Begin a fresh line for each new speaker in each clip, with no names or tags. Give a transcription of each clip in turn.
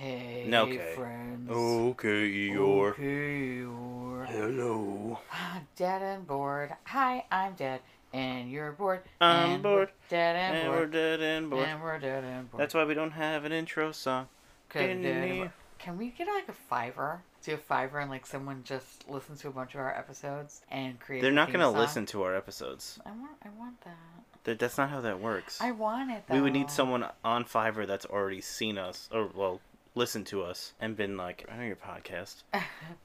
Okay,
Okay.
friends.
Okay, Eeyore.
Okay, Eeyore.
Hello.
I'm dead and bored. Hi, I'm dead, and you're bored.
I'm
and we're
bored,
Dead and,
And we're
bored.
dead and bored.
And we're dead and bored.
That's why we don't have an intro song.
'Cause dead and
Didn't
bored. Can we get like a fiver? Do a fiver and like someone just listens to a bunch of our episodes and create.
They're
a
not
theme
gonna
song?
listen to our episodes.
I want. I want that.
That that's not how that works.
I want it. Though.
We would need someone on Fiverr that's already seen us, or well, listened to us, and been like, "I know your podcast.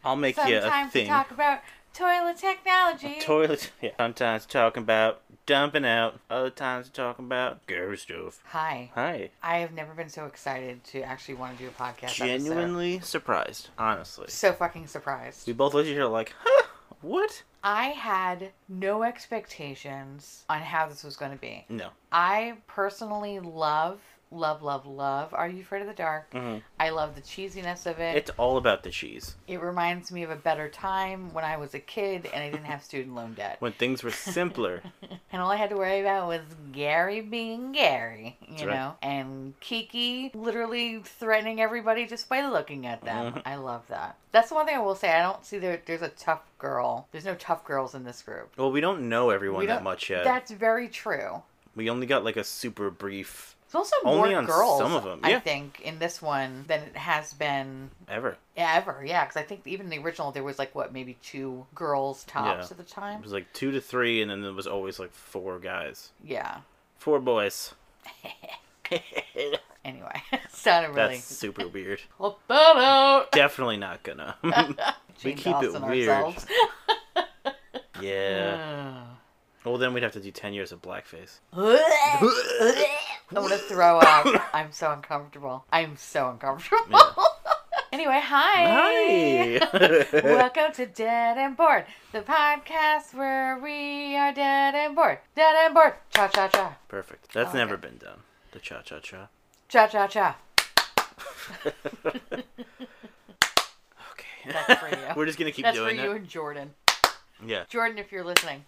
I'll make you a
Sometimes we
thing."
talk about toilet technology.
Toilet. Yeah. Sometimes talking about dumping out. Other times talking about garbage stuff.
Hi.
Hi.
I have never been so excited to actually want to do a podcast. Episode.
Genuinely surprised, honestly.
So fucking surprised.
We both looked at each other like, "Huh? What?"
I had no expectations on how this was going to be.
No.
I personally love, love, love, love Are You Afraid of the Dark?
Mhm.
I love the cheesiness of it.
It's all about the cheese.
It reminds me of a better time when I was a kid and I didn't have student loan debt.
When things were simpler.
And all I had to worry about was Gary being Gary, you
That's right.
know, and Kiki literally threatening everybody just by looking at them.
Mhm.
I love that. That's the one thing I will say. I don't see there. There's a tough girl. There's no tough girls in this group.
well, we don't know everyone
We
that
don't-
much yet.
That's very true.
We only got like a super brief
There's also
Only
more
on
girls,
some of 'em,
I
yeah.
think, in this one than it has been
ever.
ever. Yeah, because I think even the original there was like what maybe two girls tops
Yeah.
at the
It
time.
was like two to three, and then there was always like four guys,
Yeah.
four boys.
Anyway, sounded really.
That's super weird.
Well, that out.
Definitely not gonna. we
Gene
keep it
Dawson
weird.
ourselves.
yeah.
Ugh.
Well, then we'd have to do ten years of blackface.
I'm gonna throw up. I'm so uncomfortable. I'm so uncomfortable. anyway, hi.
Hi.
Welcome to Dead and Bored, the podcast where we are dead and bored. Dead and bored. Cha cha cha.
Perfect. That's
Okay.
never been done. The cha cha cha.
Cha cha cha.
Okay.
That's for you.
We're just gonna keep
That's for
doing
you
it.
and Jordan.
Yeah.
Jordan, if you're listening.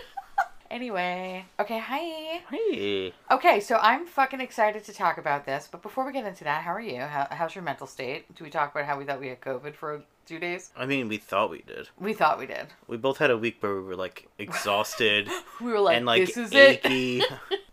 anyway, okay, hi.
Hey.
Okay, so I'm fucking excited to talk about this, but before we get into that, how are you? How, how's your mental state? Do we talk about how we thought we had COVID for two days?
I mean, we thought we did.
We thought we did.
We both had a week where we were like exhausted
We were like,
and like
this is it.
achy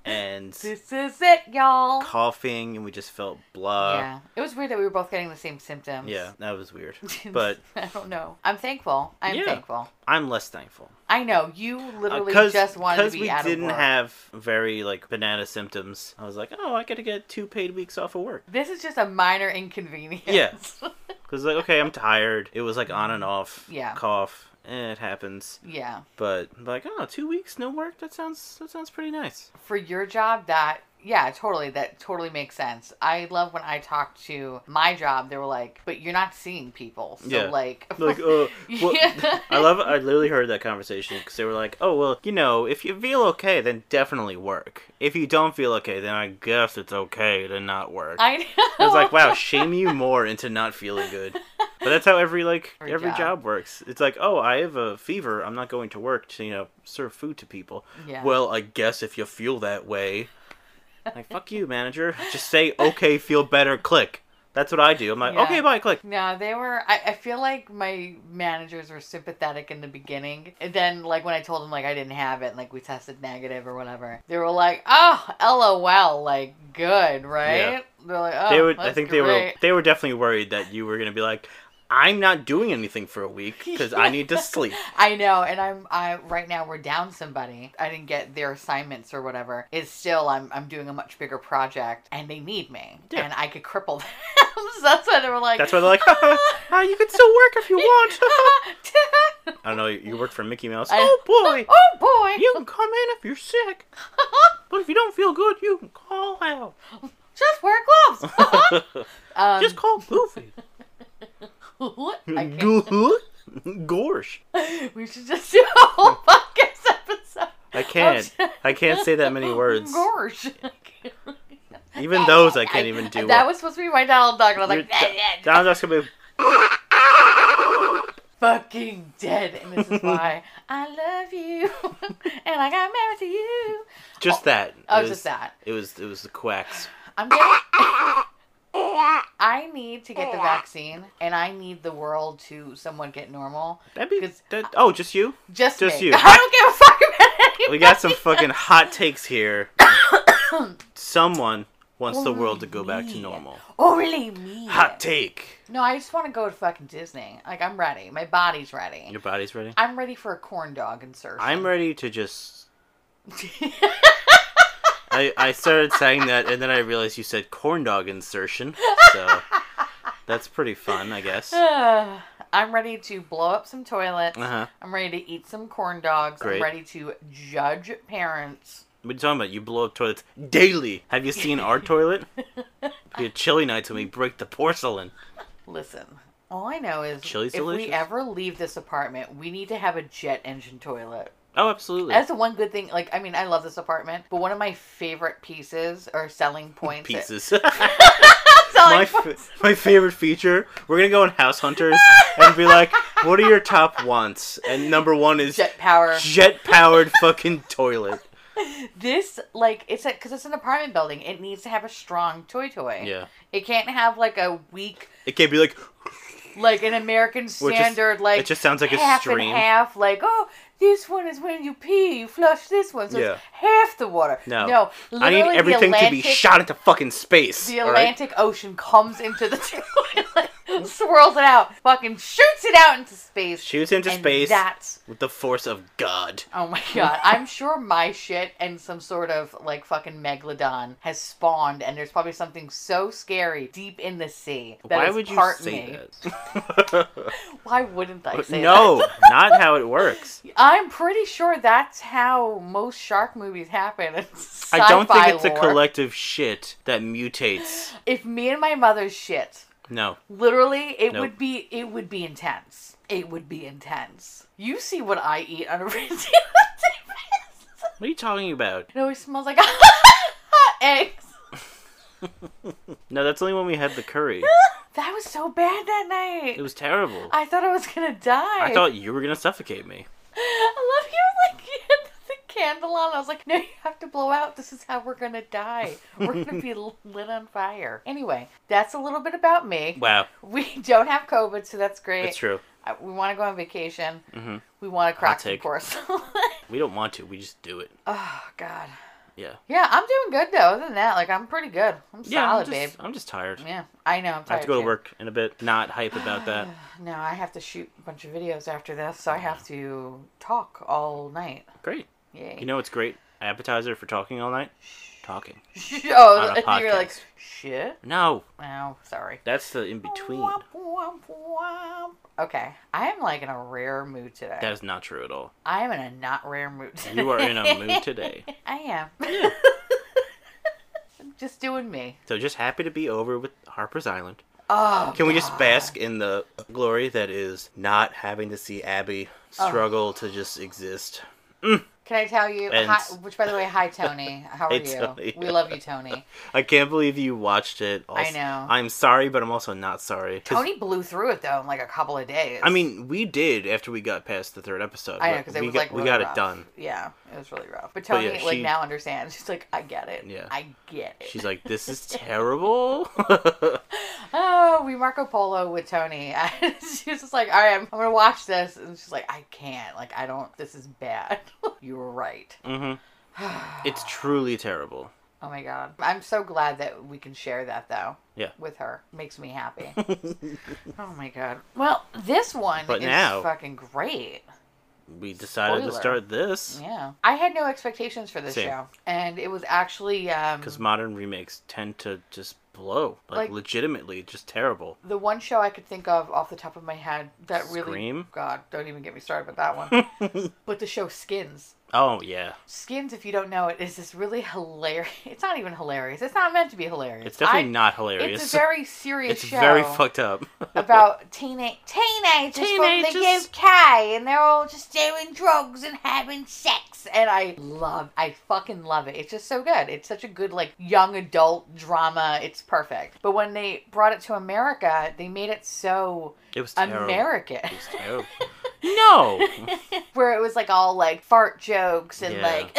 and
This is it, y'all.
coughing, and we just felt blah.
yeah. It was weird that we were both getting the same symptoms.
Uh, Yeah, that was weird. But
I don't know. I'm thankful. I'm
Yeah.
thankful.
I'm less thankful
I know. You literally
because
just wanted to be
we
out
didn't
of work.
have very like banana symptoms. I was like, oh, I gotta get two paid weeks off of work
This is just a minor inconvenience.
Yes. because like, okay, I'm tired. It was like on and off.
Yeah.
cough. Eh, it happens.
yeah.
But like, oh, two weeks no work. That sounds that sounds pretty nice.
for your job that yeah totally that totally makes sense i love when i talk to my job they were like but you're not seeing people so
Yeah.
like
Like, oh,
Yeah.
I love. I literally heard that conversation because they were like, oh, well, you know, if you feel okay, then definitely work. If you don't feel okay, then I guess it's okay to not work.
i know
I was like, wow, shame you more into not feeling good. But that's how every like
Every
every,
job.
job. works. It's like, oh, I have a fever. I'm not going to work to you know serve food to people.
Yeah.
Well, I guess if you feel that way, like fuck you, manager. Just say okay, feel better. Click. That's what I do. I'm like,
Yeah.
okay, bye. Click.
no they were I, I feel like my managers were sympathetic in the beginning and then like when i told them like i didn't have it and, like we tested negative or whatever they were like oh lol like good right they're like oh
they were. I
that's
think they were.
great.
They were definitely worried that you were gonna be like, I'm not doing anything for a week because I need to sleep.
I know, and I'm I right now we're down somebody. I didn't get their assignments or whatever. It's still I'm I'm doing a much bigger project and they need me.
Yeah.
And I could cripple them. so that's why they were like
That's why they're like, ah, you can still work if you want.
oh
I don't know. You work for Mickey Mouse.
I-
oh boy.
boy.
You can come in if you're sick, but if you don't feel good, you can call out.
Just wear gloves. um,
Just call Goofy.
I can't-
Gorsh.
we should just do a whole podcast episode.
I can't. I can't say that many words.
Gorsh.
Even those I can't even do.
That was supposed to be my Donald Duck, and I was
You're-
like, "Yeah, yeah,
Donald Duck's gonna be.
fucking dead, and this is why I love you, and I got married to you.
Just that.
Oh,
it was,
just that.
It was. It was the quacks.
I'm getting. I need to get the vaccine, and I need the world to somewhat get normal.
That'd be.
'Cause-
That, oh, just you?
Just,
Just
me.
you.
I don't give a fuck about anybody.
We got some fucking hot takes here. Someone wants the world to go back to
Me.
normal.
Only me.
Hot take.
No, I just want to go to fucking Disney. Like I'm ready. My body's ready.
Your body's ready?
I'm ready for a corn dog and surf.
I'm ready to just. I, I started saying that, and then I realized you said corn dog insertion. So that's pretty fun, I guess. Uh
I'm ready to blow up some toilets.
huh.
I'm ready to eat some corn dogs.
Uh-huh. Great.
I'm ready to judge parents.
What are you talking about? You blow up toilets daily. Have you seen our toilet? We have chili nights when we break the porcelain.
Listen, all I know is
Chili's
if we
delicious.
ever leave this apartment, we need to have a jet engine toilet.
Oh, absolutely.
That's the one good thing. Like, I mean, I love this apartment, but one of my favorite pieces or selling points.
Pieces.
selling
my, f- my favorite feature. We're gonna go on House Hunters and be like, "What are your top wants?" And number one is
jet power.
jet powered fucking toilet.
This like it's a because it's an apartment building. It needs to have a strong toy toy.
Yeah,
It can't have like a weak
it can't be like
like an American
Which is-
standard like
it just sounds like a
half
stream.
and half like oh this one is when you pee you flush this one so
Yeah.
it's half the water.
No.
no.
I need
literally the
everything to be
Atlantic-
shot into fucking space.
The
all right?
Atlantic Ocean comes into the toilet, swirls it out, fucking shoots it out into space.
Shoots into
and
space
That's
with the force of God.
oh my god. I'm sure my shit and some sort of like fucking megalodon has spawned, and there's probably something so scary deep in the sea. That
Why
is
would you
part
say
me.
that?
Why wouldn't I say
no,
that?
not how it works.
I'm pretty sure that's how most shark movies happen. in
I don't think
sci-fi
it's a
lore.
collective shit that mutates.
If me and my mother shit,
No,
Literally, it
Nope.
would be it would be intense. It would be intense. You see what I eat on a regular basis.
what are you talking about?
It always smells like hot eggs.
No, that's only when we had the curry.
That was so bad that
It
night.
was terrible. I,
I thought I was gonna die.
thought you were gonna suffocate me.
I love you like you had the candle on. I was like, no, you have to blow out. This is how we're gonna die. We're gonna be lit on fire. Anyway, that's a little bit about me.
Wow,
We don't have COVID, so that's great.
that's true.
I- we want to go on vacation.
Mhm.
We want to crack the
take.
course.
We don't want to. We just do it.
Oh God.
Yeah.
Yeah, I'm doing good though. Other than that, like I'm pretty good. I'm
Yeah,
solid,
I'm just,
babe.
I'm just tired.
Yeah, I know. I'm tired
I have to go to
too.
work in a bit. Not hype about that.
No, I have to shoot a bunch of videos after this, so I have to talk all night.
Great.
Yay.
You know what's great? Appetizer for talking all night. Talking.
oh,
on a
and you're like
podcast.
shit.
No,
Oh, sorry.
that's the in between.
Womp, womp, womp. Okay, I am like in a rare mood today.
That is not true at all.
I am in a not rare mood. Today.
You are in a mood today.
I am. I'm just doing me.
So just happy to be over with Harper's Island.
Oh,
Can we just bask in the glory that is not having to see Abby struggle to just exist?
Can I tell you?
And-
Hi, which, by the way, hi Tony. How are
Hi,
you?
Tony.
We love you, Tony.
I can't believe you watched it.
I know.
I'm sorry, but I'm also not sorry. 'Cause,
Tony blew through it though in like a couple of days.
I mean, we did after we got past the third episode.
I know
but
because it
we
was
got,
like
we
really
got
rough.
it done.
Yeah, it was really rough. But
But
Tony
yeah,
like
she-
now understands. She's like, I get it.
Yeah.
I get it.
She's like, "This is terrible."
oh, we Marco Polo with Tony. she was just like, all right, I'm, I'm gonna watch this, and she's like, I can't. Like, I don't. This is bad. you were right.
hmm It's truly terrible.
Oh my god. I'm so glad that we can share that though.
Yeah.
With her. Makes me happy. oh my god. Well, this one
But
is
now-
fucking great.
We decided to
Spoiler.
start this
Yeah. I had no expectations for this
Same.
show. And it was actually um
because modern remakes tend to just blow, like,
Like- legitimately
legitimately just terrible.
the one show I could think of off the top of my head that really
Scream?
God, don't even get me started with that one. but the show Skins.
Oh yeah,
Skins, if you don't know it, is this really hilarious it's not even hilarious. It's not meant to be hilarious.
it's definitely
I-
not hilarious.
It's a very serious
It's
show.
very fucked up.
about teenage teenagers,
Teenagers.
from the UK, and they're all just doing drugs and having sex. And I love, I fucking love it. It's just so good. It's such a good like young adult drama. It's perfect. But when they brought it to America, they made it so
It was terrible.
American,
It was terrible. no.
where it was like all like fart jokes and
Yeah.
like.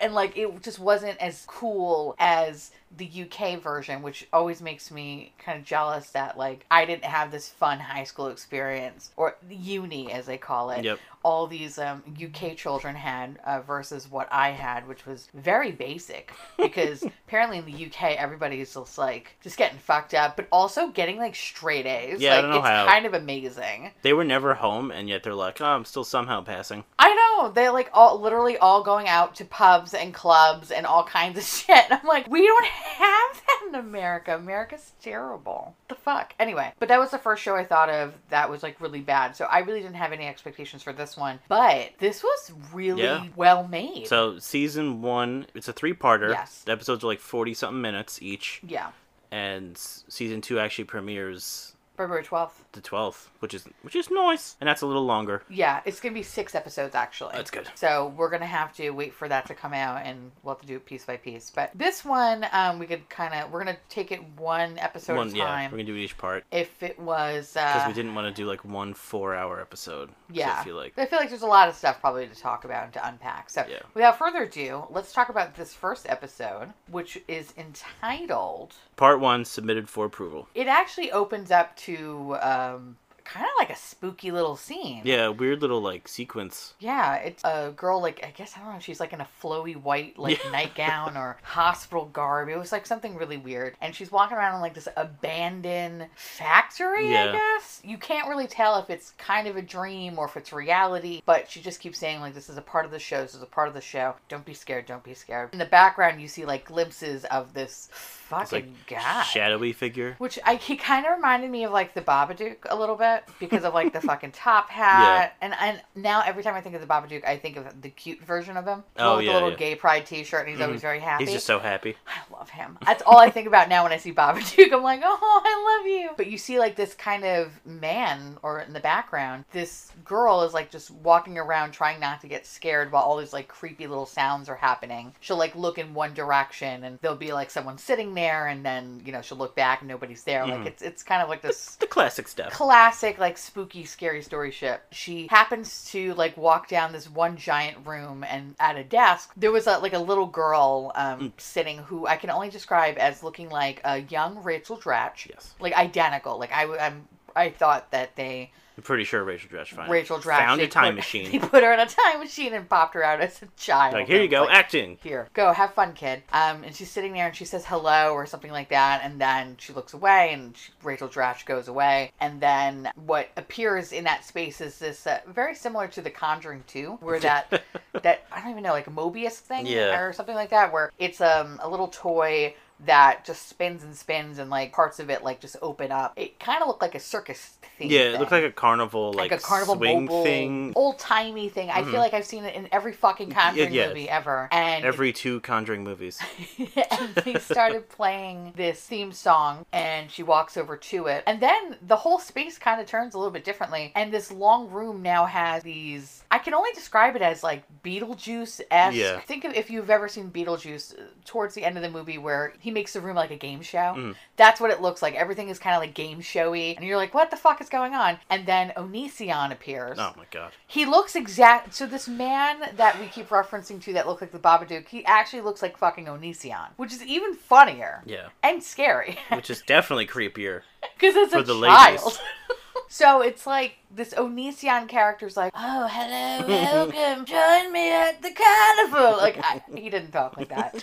And like it just wasn't as cool as the UK version, which always makes me kind of jealous that like I didn't have this fun high school experience or uni as they call it.
Yep.
All these um, UK children had uh, versus what I had, which was very basic because apparently in the UK everybody's just like just getting fucked up, but also getting like straight A's.
Yeah, I
like
don't know
it's
how.
kind of amazing.
They were never home, and yet they're like, oh, I'm still somehow passing.
I know. They're like all literally all going out to pubs and clubs and all kinds of shit. And I'm like, we don't have that in America. America's terrible. The fuck. Anyway, but that was the first show I thought of that was like really bad. So I really didn't have any expectations for this one. But this was really
Yeah.
well made.
So season one, it's a three-parter.
Yes.
The episodes are like forty something minutes each,
yeah.
and s- season two actually premieres
February 12th.
the twelfth, which is which is nice, and that's a little longer.
Yeah, it's going to be six episodes actually.
That's good.
So we're going to have to wait for that to come out and we'll have to do it piece by piece. But this one, um, we could kind of, we're going to take it one episode
one,
at a
yeah,
time.
we're gonna do each part
if it was uh,
because we didn't want to do like one four-hour episode. 'cause
yeah
I feel like
But I feel like there's a lot of stuff probably to talk about and to unpack so
Yeah.
without further ado let's talk about this first episode which is entitled
part one submitted for approval.
it actually opens up to um, kind of like a spooky little scene
Yeah, weird little like sequence.
Yeah, it's a girl like I guess I don't know. She's like in a flowy white like
Yeah.
nightgown or hospital garb. It was like something really weird, and she's walking around in like this abandoned factory. I
Yeah.
guess you can't really tell if it's kind of a dream or if it's reality. But she just keeps saying like, "This is a part of the show. This is a part of the show. Don't be scared. Don't be scared." In the background, you see like glimpses of this
It's like
fucking guy.
shadowy figure.
Which I he kind of reminded me of like the Babadook a little bit because of like the fucking top hat and and now every time I think of the Babadook I think of the cute version of him The
Oh,
one with
yeah,
the little
yeah. Mm-hmm.
gay pride T-shirt and he's always very happy.
He's just so happy.
I love him. That's all I think about now when I see Babadook. I'm like, oh, I love you. But you see like this kind of man or in the background, this girl is like just walking around trying not to get scared while all these like creepy little sounds are happening. She'll like look in one direction and there'll be like someone sitting there and then, you know, she'll look back and nobody's there.
Mhm.
Like it's it's kind of like this
The classic stuff.
classic like spooky scary story ship she happens to like walk down this one giant room and at a desk there was a, like a little girl um,
Mm.
sitting who i can only describe as looking like a young rachel dratch
Yes,
like identical like i w- i'm i thought that they
I'm pretty sure Rachel Dratch found
rachel dratch
found
they
a time
put- they
machine.
put her in a time machine and popped her out as a child
Like here you
It's
go,
like,
acting.
here go have fun kid um and she's sitting there and she says hello or something like that and then she looks away and she, rachel dratch goes away and then what appears in that space is this uh, very similar to the conjuring 2 where that that i don't even know like a mobius thing
Yeah.
or something like that where it's um a little toy that just spins and spins and like parts of it like just open up it kind of looked like a circus thing
Yeah, it looked like a carnival, like,
a carnival
swing
mobile,
thing.
old timey thing. I
Mhm.
feel like I've seen it in every fucking Conjuring
yes.
movie ever, and it
Every two Conjuring movies.
and they started playing this theme song and she walks over to it and then the whole space kind of turns a little bit differently and this long room now has these i can only describe it as like beetlejuice esque
Yeah.
think of if you've ever seen beetlejuice uh, towards the end of the movie where he makes the room like a game show
Mm.
that's what it looks like everything is kind of like game showy and you're like what the fuck is going on and then onision appears
Oh my god.
he looks exact. So this man that we keep referencing to that looked like the Babadook, he actually looks like fucking Onision, which is even funnier
Yeah.
and scary
Which is definitely creepier.
because it's
For
a
the ladies.
child. so it's like this Onision character's like, "Oh, hello, welcome, join me at the carnival." Like I, he didn't talk like that,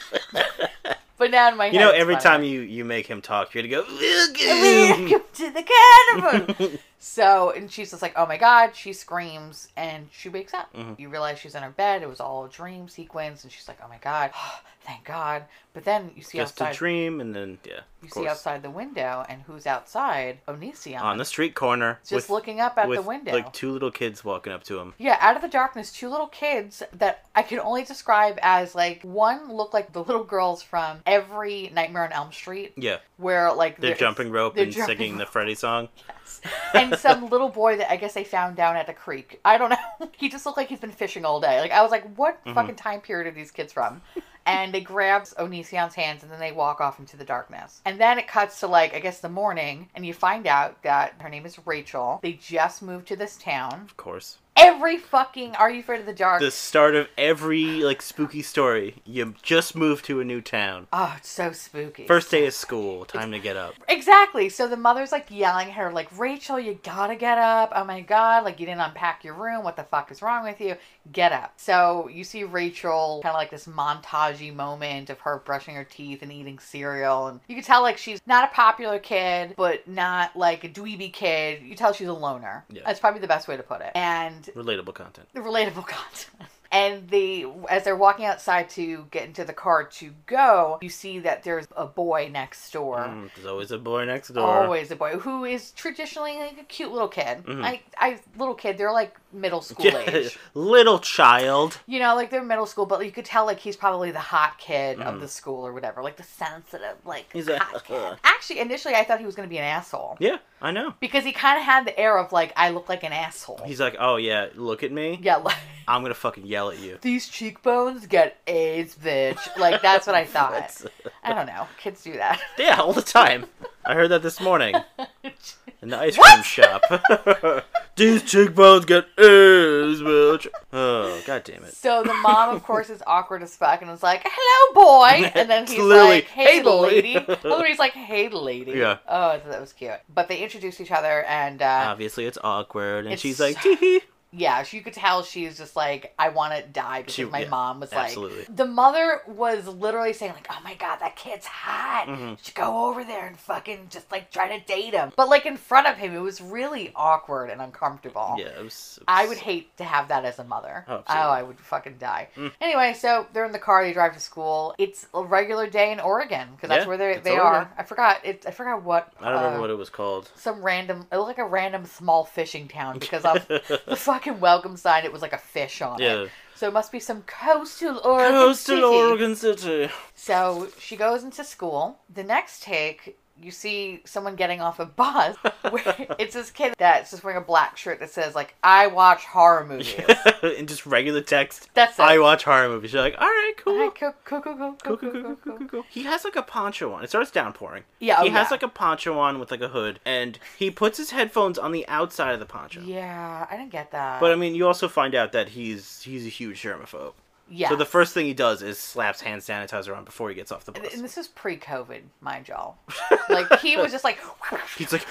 but now in my head,
You know,
it's
every
funny.
time you, you make him talk, you're gonna go.
Welcome to the carnival. So, and she's just like, oh my God, she screams and she wakes up.
Mhm.
You realize she's in her bed. It was all a dream sequence. And she's like, oh my God, thank God. But then you see
Just a
outside,
dream, and then yeah,
you
of
see
course.
outside the window and who's outside? Onision.
On the street corner,
just
with,
looking up at
with,
the window.
like two little kids walking up to him.
Yeah, out of the darkness, two little kids that I can only describe as like one looked like the little girls from every Nightmare on Elm Street,
Yeah,
where like
the
it's-
jumping rope
they're
and
jumping
singing the Freddy song.
and some little boy that I guess they found down at a creek. I don't know. He just looked like he's been fishing all day. Like I was like, what
Mhm.
fucking time period are these kids from? And they grabs Onision's hands and then they walk off into the darkness. And then it cuts to like I guess the morning, and you find out that her name is Rachel. They just moved to this town.
Of course,
every fucking Are You Afraid of the Dark?
The start of every like spooky story. You just moved to a new town.
oh, it's so spooky.
First day of school. Time to get up.
Exactly. So the mother's like yelling at her, like, Rachel, you gotta get up. Oh my God. Like, you didn't unpack your room. What the fuck is wrong with you? Get up. So you see Rachel kind of like this montagey moment of her brushing her teeth and eating cereal. And you can tell, like, she's not a popular kid, but not like a dweeby kid. You tell she's a loner.
Yeah.
That's probably the best way to put it. And
Relatable content.
the relatable content. And the as they're walking outside to get into the car to go, you see that there's a boy next door.
Mm, there's always a boy next door.
Uh-huh. Always a boy who is traditionally like a cute little kid.
Mhm.
Like I little kid, they're like middle school
Yeah,
age.
Little child.
You know, like they're middle school, but you could tell like he's probably the hot kid
Mhm.
of the school or whatever, like the sensitive, like
He's a-
hot kid. Actually, initially I thought he was gonna be an asshole
Yeah, I know.
because he kind of had the air of like I look like an asshole.
He's like, oh yeah, look at me.
yeah, like
I'm gonna fucking yell at you.
these cheekbones get AIDS, bitch. Like that's what I thought.
That's-
I don't know, kids do that.
yeah, all the time. I heard that this morning in the ice
What?
cream shop. These cheekbones got A's, bitch. Oh, god damn it.
So the mom, of course, is awkward as fuck and is like, "Hello, boy," and then
It's
he's
literally,
like, "Hey,
"Hey, boy."
lady." Hillary's like, "Hey, lady."
Yeah. Um,
Oh, I thought that was cute. But they introduce each other, and uh,
Obviously, it's awkward, and
It's
she's like,
so-
tee hee.
yeah, she could tell she's just like, "I want to die" because
She-
my
yeah,
mom was
absolutely.
like, the mother was literally saying like, "Oh my god, that kid's hot.
Mhm.
Should go over there and fucking just like try to date him." But like in front of him, it was really awkward and uncomfortable.
Yeah, it was, it
I
was-
would hate to have that as a mother.
Oh,
Oh,
absolutely.
I would fucking die.
Mm.
Anyway, so they're in the car. They drive to school. It's a regular day in Oregon because that's
Yeah,
where they
it's
they
Oregon.
are. I forgot. It, I forgot what.
I don't remember
uh,
what it was called.
Some random. It looked like a random small fishing town because on the fucking welcome sign it was like a fish on
yeah,
it. So it must be some coastal Oregon. city.
coastal Oregon City.
So she goes into school. The next take, you see someone getting off a bus. Where it's this kid that's just wearing a black shirt that says like "I watch horror movies."
and just regular text.
That's it.
I watch horror movies. You're like, all right, cool.
Alright, cool, cool, cool, cool, cool,
Cool, cool, cool,
cool,
cool,
cool.
cool, cool. He has like a poncho on. It starts downpouring.
Yeah, oh,
he has
yeah.
like a poncho on with like a hood, and he puts his headphones on the outside of the poncho.
Yeah, I didn't get that.
But I mean, you also find out that he's he's a huge germaphobe.
yeah.
So the first thing he does is slaps hand sanitizer on before he gets off the bus.
and this is pre-COVID, mind y'all. Like he was just like,
He's like,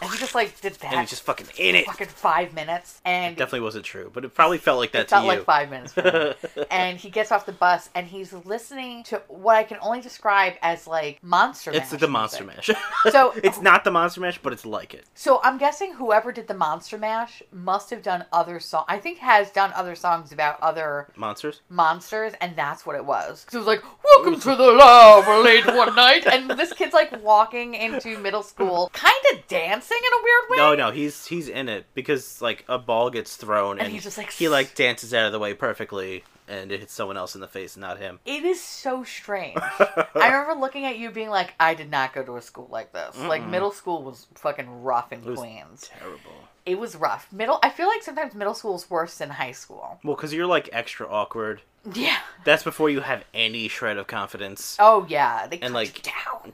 and he just like did that
and he's just fucking in it.
fucking five minutes, and
Definitely wasn't true, but it probably felt like that
it
to
felt
you.
like five minutes. For me. and he gets off the bus, and he's listening to what I can only describe as like monster.
it's
Mash
the Monster
music.
Mash.
So-
it's not the Monster Mash, but it's like it.
So I'm guessing whoever did the monster mash must have done other song. I think has done other songs about other
Monsters.
monsters, and that's what it was. 'Cause it was like, "Welcome to the lab late one night," and this kid's like walking into middle school, kind of dancing in a weird way.
No, no, he's he's in it because like a ball gets thrown and,
And he's just like,
he like dances out of the way perfectly and it hits someone else in the face, not him.
It is so strange. I remember looking at you being like, "I did not go to a school like this. Like
Mm-mm.
middle school was fucking rough in
It was
Queens.
Terrible.
It was rough. Middle. I feel like sometimes middle school is worse than high school.
Well, because you're like extra awkward.
Yeah.
That's before you have any shred of confidence.
Oh yeah. They cut
like-
you down.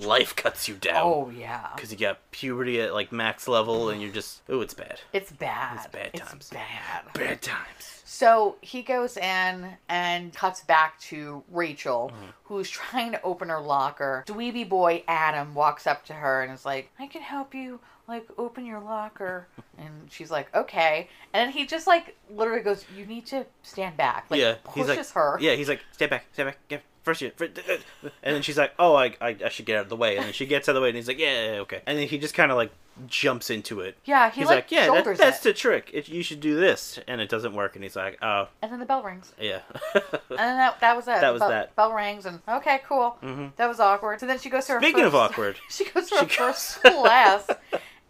Life cuts you down
Oh yeah.
because you got puberty at like max level and you're just oh, it's bad.
It's bad.
It's bad times.
It's bad.
Bad times.
So he goes in and cuts back to Rachel,
Mm-hmm.
who's trying to open her locker. Dweeby boy Adam walks up to her and is like, I can help you, like, open your locker. And she's like, okay. And then he just, like, literally goes, You need to stand back. Like,
yeah, he's
pushes
like
her.
yeah, he's like step back, step back, get first year, first, and then she's like oh I, I I should get out of the way, and then she gets out of the way, and he's like yeah, yeah, yeah, okay, and then he just kind of like jumps into it.
Yeah, he,
he's
like,
like, yeah, that,
shoulders
that's
it.
the trick. It, you should do this, and it doesn't work. And he's like, oh
And then the bell rings.
yeah,
And then that, that was it.
That was
Bell-
that.
Bell rings, and okay, cool.
Mhm.
That was awkward. So then she goes to her
Speaking of
first-
awkward.
she goes to
She
her
goes-
first class,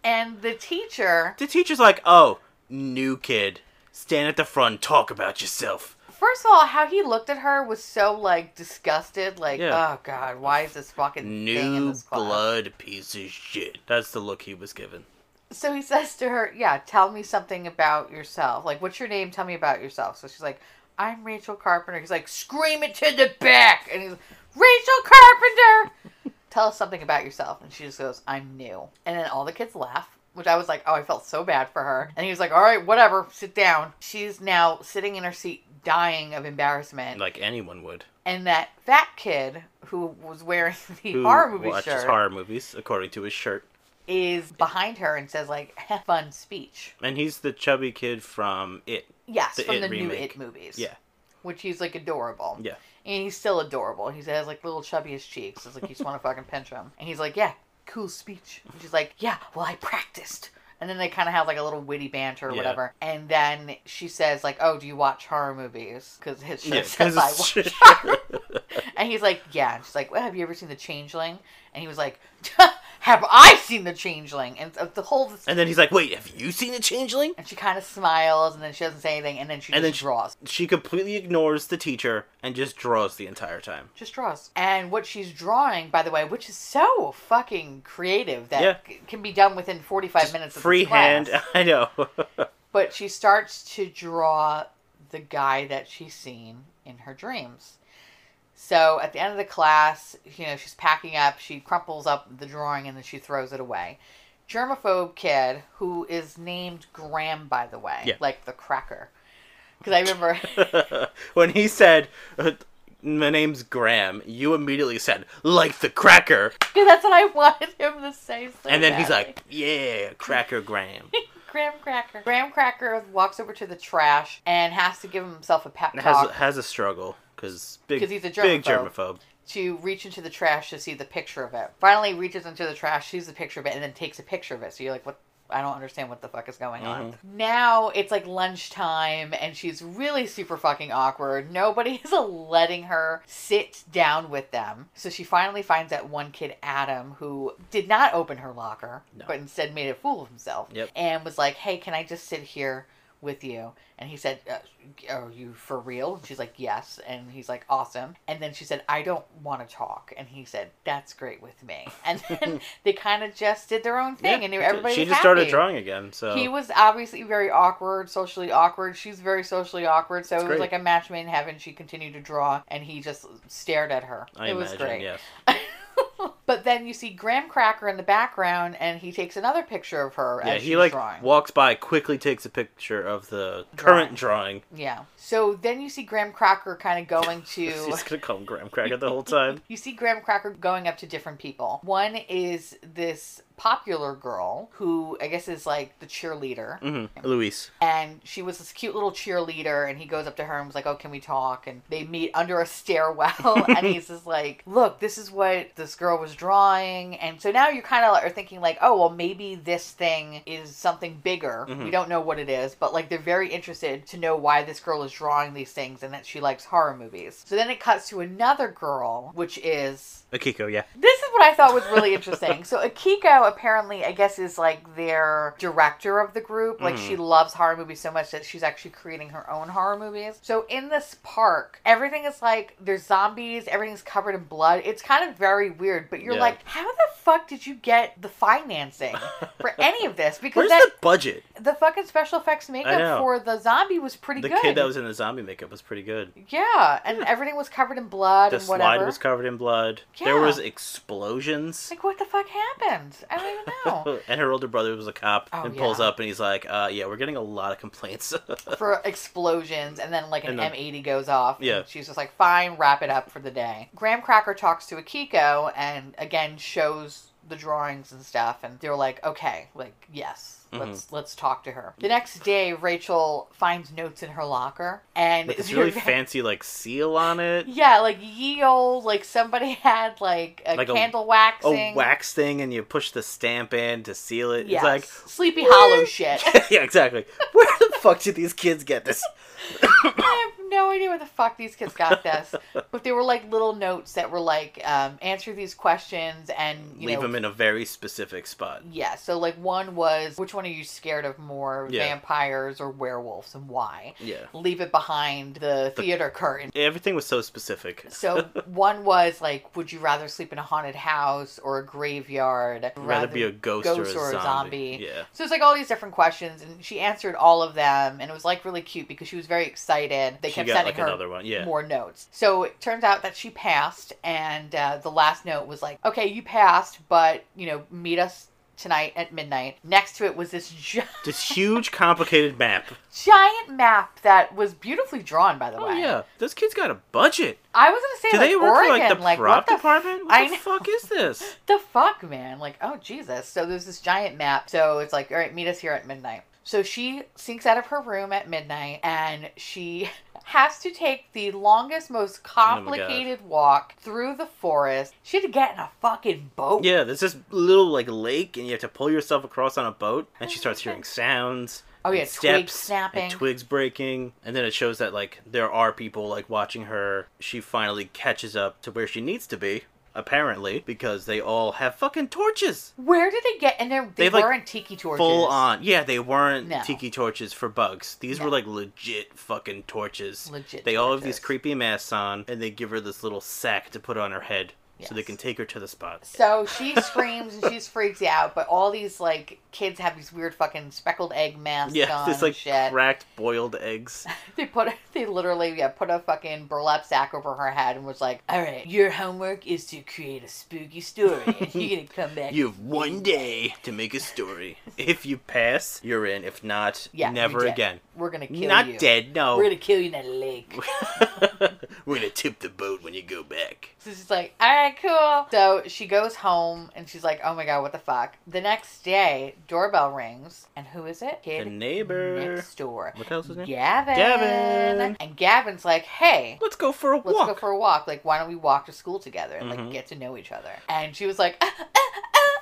and the teacher.
the teacher's like, oh new kid, stand at the front, talk about yourself.
First of all, how he looked at her was so like disgusted, like,
Yeah.
oh god, why is this fucking thing in
New
this class?
blood piece of shit. That's the look he was given.
So he says to her, Yeah, tell me something about yourself. Like, what's your name? Tell me about yourself. So she's like, I'm Rachel Carpenter. He's like, Scream it to the back and he's like, Rachel Carpenter Tell us something about yourself and she just goes, I'm new. And then all the kids laugh which I was like, oh, I felt so bad for her. And he was like, all right, whatever, sit down. She's now sitting in her seat, dying of embarrassment.
like anyone would.
and that fat kid who was wearing the
Who
horror movie
watches
shirt
horror movies according to his shirt.
is behind her and says like "Have fun speech.
And he's the chubby kid from It.
Yes,
The
from
It
the new
remake.
It movies.
Yeah.
which he's like adorable.
Yeah.
and he's still adorable. He has like little chubbiest cheeks. It's like you just want to fucking pinch him. And he's like, yeah, cool speech. And she's like, yeah, well I practiced. And then they kind of have like a little witty banter or
Yeah.
whatever. And then she says like, oh, do you watch horror movies? Because his shirt
Yeah, 'cause
says I
it's-
watch. And he's like, yeah. And she's like, well, have you ever seen The Changeling? And he was like, have I seen The Changeling? And uh, the whole.
and then he's like, "Wait, have you seen the Changeling?"
And she kind of smiles, and then she doesn't say anything, and then she
And
just
then she-
draws.
She completely ignores the teacher and just draws the entire time.
just draws. And what she's drawing, by the way, which is so fucking creative that
Yeah.
c- can be done within 45 minutes of
Freehand,
This class.
I know.
But she starts to draw the guy that she's seen in her dreams. So at the end of the class, you know, she's packing up, she crumples up the drawing and then she throws it away. Germaphobe kid who is named Graham, by the way,
Yeah.
like the cracker. Because I remember,
when he said, uh, "My name's Graham," you immediately said, "Like the cracker,"
that's what I wanted him to say. so
and then he's
badly.
like, "Yeah, cracker Graham."
Graham Cracker. Graham Cracker walks over to the trash and has to give himself a pep
And has
talk
has a struggle because big
'Cause he's a
big
germaphobe.
germaphobe.
to reach into the trash to see the picture of it. Finally, reaches into the trash, sees the picture of it, and then takes a picture of it. So you're like, what? I don't understand what the fuck is going on. Now it's like lunchtime, and she's really super fucking awkward. Nobody is letting her sit down with them. So she finally finds that one kid, Adam, who did not open her locker,
No.
but instead made a fool of himself
Yep.
and was like, hey, can I just sit here? with you and he said uh, are you for real and she's like yes and he's like awesome and then she said i don't want to talk and he said that's great with me and then they kind of just did their own thing
Yeah,
and everybody
she
was
just started
happy.
drawing again. So
he was obviously very awkward socially awkward she's very socially awkward so
It's
it was
great.
like a match made in heaven she continued to draw and he just stared at her
I
it was
imagine,
great
yes.
but then you see graham cracker in the background and he takes another picture of her
Yeah,
as
he
Uh, she's
like
drawing.
walks by, quickly takes a picture of the current drawing.
Yeah. So then you see Graham Cracker kind of going to.
He's gonna call him Graham Cracker the whole time.
You see Graham Cracker going up to different people. One is this popular girl who I guess is like the cheerleader.
hmm Luis.
And she was this cute little cheerleader, and he goes up to her and was like, Oh, can we talk? And they meet under a stairwell, and he's just like, Look, this is what this girl was drawing. And so now you're kind of are thinking, like, Oh, well, maybe this thing is something bigger.
Mhm.
We don't know what it is, but like they're very interested to know why this girl is drawing these things and that she likes horror movies. So then it cuts to another girl, which is
Akiko, yeah.
this is what I thought was really interesting. so Akiko apparently, I guess, is like their director of the group. Like
Mhm.
she loves horror movies so much that she's actually creating her own horror movies. So in this park, everything is like there's zombies, everything's covered in blood. It's kind of very weird, but you're
Yeah.
like, how the fuck did you get the financing for any of this? Because
Where's
that
the budget?
the-, fucking special effects
know.
makeup for the zombie was pretty
The
good.
kid that was in the zombie makeup was pretty good.
yeah, and everything was covered in blood
The
and whatever.
slide was covered in blood. There
Yeah.
was explosions.
like what the fuck happened? I don't even know.
and her older brother was a cop
Oh,
and pulls
yeah.
up and he's like, uh, yeah, we're getting a lot of complaints.
for explosions, and then like an
And then-
M80 goes off. and
Yeah.
she's just like, fine, wrap it up for the day. Graham Cracker talks to Akiko and again shows the drawings and stuff, and they're like, okay, like yes,
Mhm.
let's let's talk to her. The next day, Rachel finds notes in her locker, and
With this
they're
really
very-
fancy like seal on it.
Yeah, like ye old, like somebody had like a
Like a-
candle waxing.
A wax thing and you push the stamp in to seal it.
Yes.
It's
Sleepy
"Where?"
Hollow shit.
like Yeah, exactly. Where the fuck did these kids get this?
I have no idea where the fuck these kids got this, but they were like little notes that were like, um, answer these questions and you
Leave
know,
them in a very specific spot.
Yeah, so like one was, which one are you scared of more,
Yeah.
vampires or werewolves, and why?
Yeah.
Leave it behind the theater curtain.
Everything was so specific.
So one was like, would you rather sleep in a haunted house or a graveyard?
rather, be a ghost, or a zombie. Yeah.
So it's like all these different questions, and she answered all of them, and it was like really cute because she was very excited. They
she
kept
got
sending
like
her
another one. Yeah.
more notes. So it turns out that she passed, and uh, the last note was like, "Okay, you passed, but you know, meet us tonight at midnight. Next to it was this gi-
This huge, complicated map.
giant map that was beautifully drawn, by the
Oh
way.
yeah, this kid's got a budget.
I was gonna say,
Do
like,
they work
Oregon,
for like the prop
what the
department?
I
What the
know.
fuck is this?
the fuck, man? Like, oh Jesus. So there's this giant map. So it's like, all right, meet us here at midnight. So she sneaks out of her room at midnight and she has to take the longest,
Oh
most complicated walk through the forest. She had to get in a fucking boat.
Yeah, there's this little like lake, and you have to pull yourself across on a boat. And she starts hearing sounds.
Oh, yeah,
and
twigs
steps
snapping.
and twigs breaking, and then it shows that like there are people like watching her. She finally catches up to where she needs to be, apparently, because they all have fucking torches.
Where did they get? And they, they
They've, like,
weren't tiki torches.
Full on, yeah. They weren't
No.
tiki torches for bugs. These
No.
were like legit fucking torches.
Legit.
They all have
torches.
these creepy masks on, and they give her this little sack to put on her head so they
Yes.
can take her to the spots.
So she screams and she's freaks out, but all these like kids have these weird fucking speckled egg masks
Yeah,
on.
this like
and shit.
cracked boiled eggs.
They put they literally yeah put a fucking burlap sack over her head and was like, "All right, your homework is to create a spooky story. and You're gonna come back.
You have one day to make a story. If you pass, you're in. If not,
Yeah, you're
never
dead.
again.
We're gonna kill
not
you.
dead, no.
We're gonna kill you in that lake."
We're gonna tip the boat when you go back.
So she's like, all right, cool. So she goes home and she's like, oh my God, what the fuck? The next day, doorbell rings. And who is it? Kid
The neighbor.
Next door.
What the hell's his name?
Gavin.
Gavin.
And Gavin's like, hey,
Let's go for a
let's
walk.
go for a walk. Like, why don't we walk to school together and
Mhm.
like get to know each other? And she was like, "Ah, ah, ah."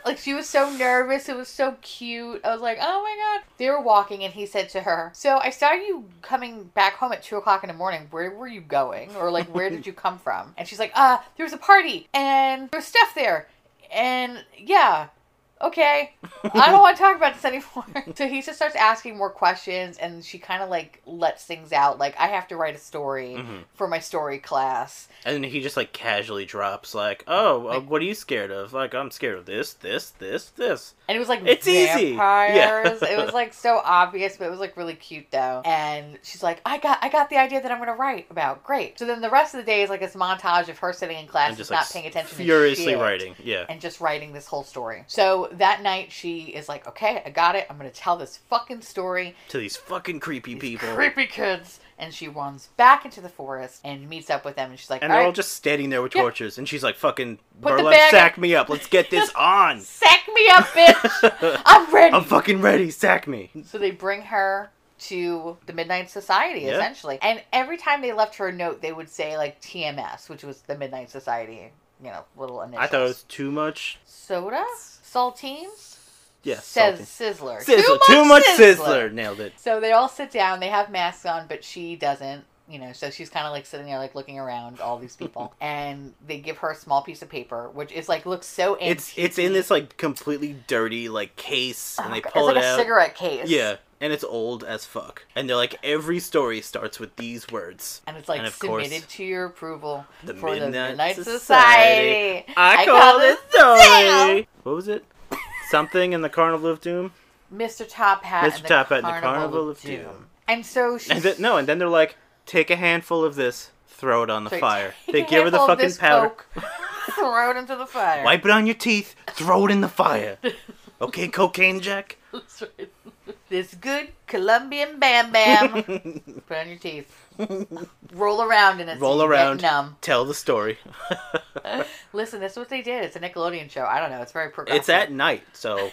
like she was so nervous. It was so cute. I was like, oh my god. They were walking, and he said to her, "So I saw you coming back home at two o'clock in the morning. Where were you going, or like where did you come from?" And she's like, uh, there was a party, and there was stuff there, and yeah. Okay, I don't want to talk about this anymore. so he just starts asking more questions, and she kind of like lets things out. Like I have to write a story
Mhm.
for my story class.
And then he just like casually drops, like, "Oh, uh,
Like-
what are you scared of? Like, I'm scared of this, this, this, this."
And it was like
It's easy. Yeah.
vampires. it was like so obvious, but it was like really cute though. And she's like, I got I got the idea that I'm gonna write about. Great. So then the rest of the day is like this montage of her sitting in class
and just
just
like
not paying attention to
furiously
shit
writing. Yeah.
And just writing this whole story. So that night she is like, Okay, I got it. I'm gonna tell this fucking story.
to these fucking creepy
These
people.
creepy kids. And she runs back into the forest and meets up with them and she's like,
and
"All
they're all
right,
just standing there with
Yeah.
torches, and she's like, "Fucking
Put the
burlap
bag
sack me up. Let's get this on.
sack me up, bitch! I'm ready.
I'm fucking ready. Sack me."
So they bring her to the Midnight Society
Yeah.
essentially. And every time they left her a note, they would say like TMS, which was the Midnight Society, you know, little initials.
I thought it was too much.
soda, saltines,
Yes,
says
salty.
Sizzler.
sizzler. Too much sizzler. Nailed it.
So they all sit down. They have masks on, but she doesn't. You know, so she's kind of like sitting there, like looking around all these people, and they give her a small piece of paper, which is like looks so.
It's
antique-y.
it's in this like completely dirty like case,
Oh,
and they
God.
pull
it's like
it
a
out.
cigarette case.
Yeah, and it's old as fuck. And they're like, every story starts with these words.
And it's like
And of course-
submitted to your approval
The
for the
Midnight
Midnight
Society.
Society.
I,
I
call,
call
this
this
story. What was it? Something in the Carnival of Doom.
Mr. Top Hat.
Mr.
And the
Top Hat and the
Carnival
Carnival of
of Doom.
Doom.
And so she.
And then, no, and then they're like, take a handful of this, throw it on the
Take-
fire.
take
They
a
give her the
handful of
fucking
this
powder,
Coke, throw it into the fire.
wipe it on your teeth, throw it in the fire. Okay, cocaine jack.
That's right. This good Colombian Bam Bam. Put on your teeth. Roll around in it. so
Roll
you get
around.
numb.
Tell the story.
Listen, that's what they did. It's a Nickelodeon show. I don't know. It's very progressive.
It's at night, so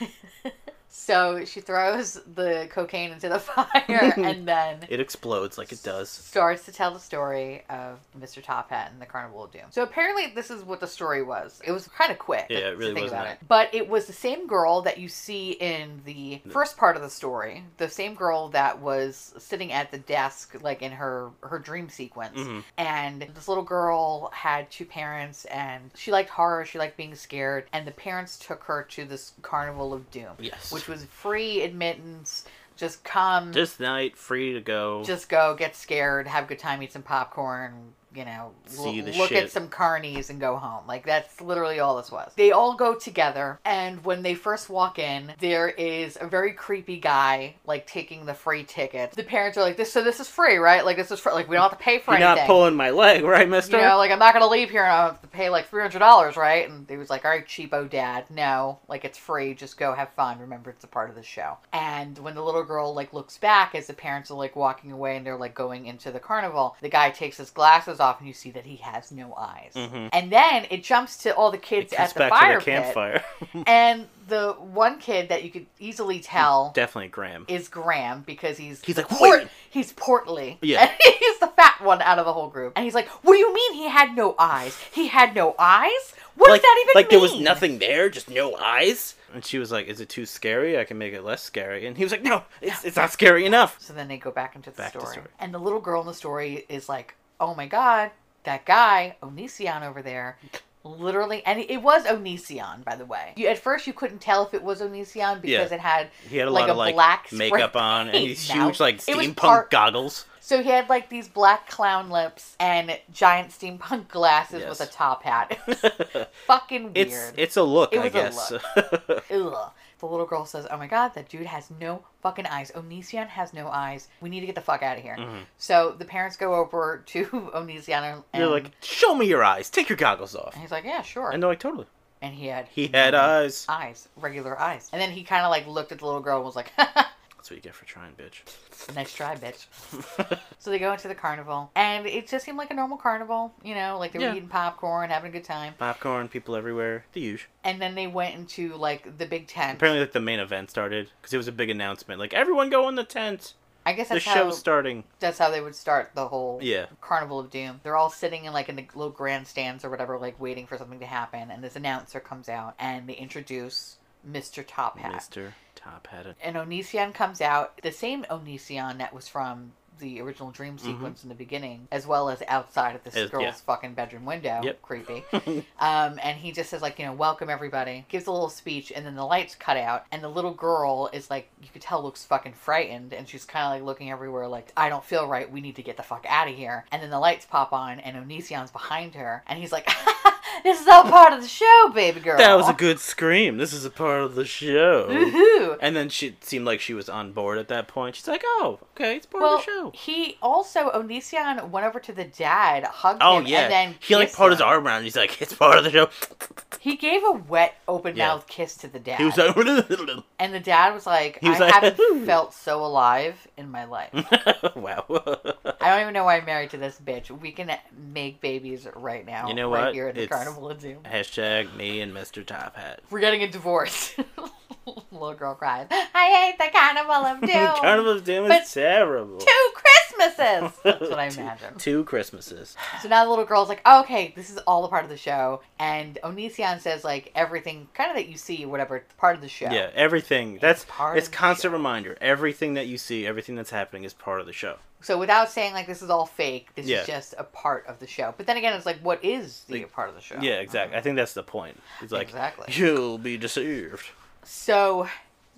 So she throws the cocaine into the fire and then
it explodes like it does.
starts to tell the story of Mr. Top Hat and the Carnival of Doom. So apparently, this is what the story was. It was kind of quick.
Yeah, it
to-
really
to think
was
about
not.
it. But it was the same girl that you see in the first part of the story. The same girl that was sitting at the desk, like in her her dream sequence.
Mhm.
And this little girl had two parents, and she liked horror. She liked being scared, and the parents took her to this Carnival of Doom,
Yes.
which was free admittance. Just come
This night, free to go.
just go get scared have a good time eat some popcorn you know,
See
l-
the
look at
shit.
some carnies and go home. Like that's literally all this was. They all go together, and when they first walk in, there is a very creepy guy like taking the free ticket. The parents are like, "This, so this is free, right? Like this is free. Like we don't have to pay for
You're
anything."
not pulling my leg, right, mister?
you know, like I'm not gonna leave here and I'll have to pay like three hundred dollars, right? And he was like, All right, cheapo dad, no, like it's free, just go have fun. Remember it's a part of the show. And when the little girl like looks back as the parents are like walking away and they're like going into the carnival, the guy takes his glasses off and you see that he has no eyes.
Mhm.
And then it jumps to all the
It
kids
cuts
at the
back
fire
to the
pit.
campfire.
And the one kid that you could easily tell
Definitely Graham.
is Graham because he's
He's like, "Wait."
he's portly.
Yeah.
And he's the fat one out of the whole group. And he's like, What do you mean he had no eyes? He had no eyes? What
like,
does that even
like there was
mean?"
nothing there, just no eyes. And she was like, "Is it too scary? I can make it less scary." And he was like, "No, it's, it's not scary enough."
So then they go back into the
Back to
story.
story.
And the little girl in the story is like, Oh my god, that guy, Onision over there. Literally, and it was Onision, by the way. You, at first, you couldn't tell if it was Onision because it had
He had a
Like
lot
a
of like
black spray
makeup on and
paint
these
now.
huge like
It was
steampunk
part-
goggles.
So he had like these black clown lips and giant steampunk glasses
Yes.
with a top hat. It was
it's
fucking weird.
it's a look,
It
I
was a
guess.
Ugh. The little girl says, Oh my god, that dude has no fucking eyes. Onision has no eyes. We need to get the fuck out of here.
Mhm.
So the parents go over to Onision and,
You're like, "Show me your eyes. Take your goggles off."
and Mm-hmm. he's like, Yeah, sure.
And
And,
they're like, "Totally."
he had
He had uh, eyes.
eyes, regular eyes. And then he kind of like looked at the little girl and was like,
That's what you get for trying, bitch.
Nice try, bitch. So they go into the carnival and it just seemed like a normal carnival, you know, like they were
Yeah.
eating popcorn, having a good time.
Popcorn, people everywhere, the usual.
And then they went into like the big tent.
Apparently, like the main event started because it was a big announcement. Like everyone go in the tent.
I guess
The
that's how
show's starting.
that's how they would start the whole
Yeah.
Carnival of Doom. They're all sitting in like in the little grandstands or whatever, like waiting for something to happen. And this announcer comes out and they introduce Mr. Top Hat.
Mr. Top Hat.
And Onision comes out, the same Onision that was from the original dream sequence in the beginning, as well as outside of this
Is-
girl's
Mm-hmm. yeah.
fucking bedroom window.
Yep.
Creepy. Um, and he just says like, you know, welcome everybody. Gives a little speech, and then the lights cut out, and the little girl is like, you could tell looks fucking frightened, and she's kind of like looking everywhere, like, I don't feel right. We need to get the fuck out of here. And then the lights pop on, and Onision's behind her, and he's like, this is all part of the show, baby girl.
That was a good scream. This is a part of the show.
Woohoo!
and then she it seemed like she was on board at that point. She's like, "Oh, okay, it's part
Well,
of the show."
he also Onision went over to the dad, hugged
Oh
him,
yeah.
and then
he like
kissed
put his
him.
arm around. And he's like, "It's part of the show."
He gave a wet, open
Yeah.
mouthed kiss to the dad.
He was like,
And the dad was like,
He was
I
like,
haven't felt so alive in my life.
"Wow."
I don't even know why I'm married to this bitch. We can make babies right now.
You know
right
what?
here at the
It's-
Carnival of Doom.
Hashtag me and Mr. Top Hat.
We're getting a divorce. Little girl cries. I hate the Carnival of Doom.
Carnival of Doom is
But-
terrible.
Two Christmases. That's what I
Two-
imagine.
Two Christmases.
So now the little girl's like, oh, okay, this is all a part of the show. And Onision says, like, everything kind of that you see, whatever, it's part of the show.
Yeah, everything. That's
part
it's
of the
constant
show.
reminder. Everything that you see, everything that's happening is part of the show.
So without saying, like, this is all fake, this
Yeah.
is just a part of the show. But then again, it's like, what is the
Like,
part of the show?
Yeah, exactly. I think that's the point. It's like
Exactly.
you'll be deceived.
So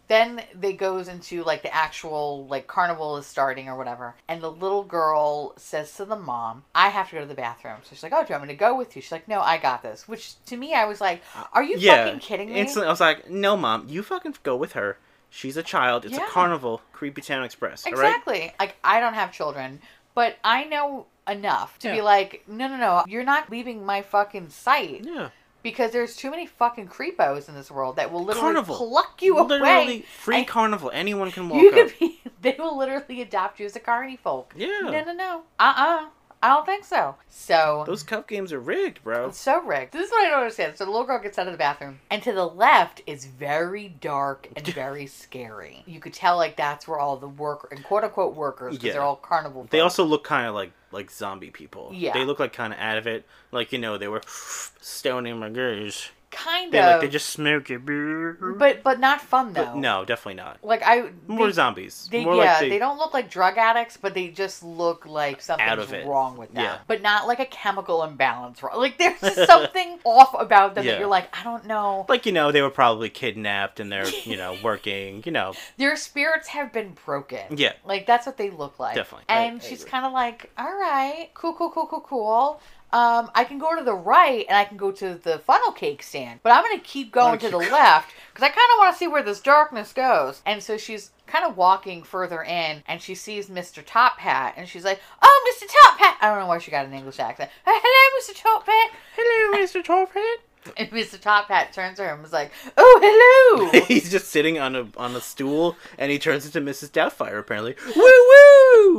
then they goes into like the actual like carnival is starting or whatever, and the little girl says to the mom, "I have to go to the bathroom." So she's like, "Oh, do you want me to go with you?" She's like, "No, I got this." Which to me, I was like, "Are you
yeah.
fucking kidding me?"
Instantly, I was like, "No, mom, you fucking go with her. She's a child. It's
Yeah.
a carnival, creepy town express. All right."
Exactly. Like I don't have children, but I know enough to be
Yeah.
like, "No, no, no, you're not leaving my fucking sight
Yeah.
because there's too many fucking creepos in this world that will literally
Carnival.
pluck you away."
Literally free
and-
carnival. Anyone can walk
You
up.
could be. They will literally adopt you as a carny folk.
Yeah.
No, no, no. Uh uh I don't think so. So.
Those cup games are rigged, bro.
it's so rigged. This is what I don't understand. So the little girl gets out of the bathroom, and to the left is very dark and very scary. You could tell, like, that's where all the work and quote unquote workers, because
Yeah.
they're all carnival.
They
folk.
also look kind of like like zombie people.
Yeah.
They look like kind of out of it. Like you know they were stoning my girls.
kind
They're
of.
like, they just smoke it. But
but but not fun though.
no, definitely not.
Like I
More
they,
zombies.
they-
More
yeah,
like
they, don't look like drug addicts, but they just look like something's
Out of it.
wrong with them.
Yeah.
But not like a chemical imbalance. wrong. Like there's just something off about them
Yeah.
that you're like, I don't know.
Like, you know, they were probably kidnapped and they're, you know, working, you know.
Their spirits have been broken.
Yeah.
Like that's what they look like.
Definitely. I-
And
I
she's
agree.
kind of like, all right, cool, cool, cool, cool, cool. Um, I can go to the right and I can go to the funnel cake stand, but I'm gonna keep going
Okay.
to the left because I kind of want to see where this darkness goes. And so she's kind of walking further in, and she sees Mr. Top Hat, and she's like, "Oh, Mr. Top Hat!" I don't know why she got an English accent. "Oh, Hello, Mr. Top Hat.
Hello, Mr. Torphead.
And Mr. Top Hat turns to her and was like, "Oh, hello."
He's just sitting on a on a stool and he turns into Mrs. Doubtfire apparently.